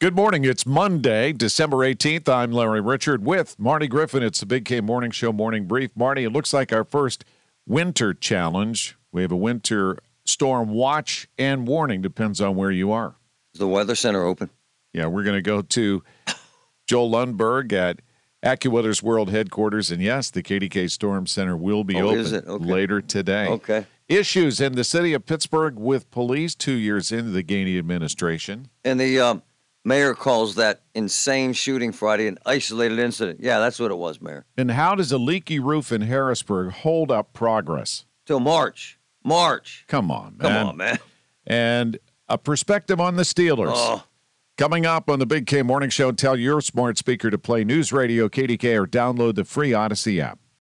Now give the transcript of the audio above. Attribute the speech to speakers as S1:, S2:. S1: Good morning. It's Monday, December 18th. I'm Larry Richard with Marty Griffin. It's the Big K Morning Show Morning Brief. Marty, it looks like our first winter challenge. We have a winter storm watch and warning, depends on where you are.
S2: Is the Weather Center open?
S1: Yeah, we're going to go to Joel Lundberg at AccuWeather's World Headquarters. And yes, the KDK Storm Center will be
S2: Oh,
S1: open
S2: is it? Okay.
S1: later today.
S2: Okay.
S1: Issues in the city of Pittsburgh with police two years into the Gainey administration.
S2: And the um, mayor calls that insane shooting Friday an isolated incident. Yeah, that's what it was, Mayor.
S1: And how does a leaky roof in Harrisburg hold up progress?
S2: Till March. March.
S1: Come on, man.
S2: Come on, man.
S1: And a perspective on the Steelers.
S2: Oh,
S1: Coming up on the Big K Morning Show, tell your smart speaker to play News Radio KDK or download the free Odyssey app.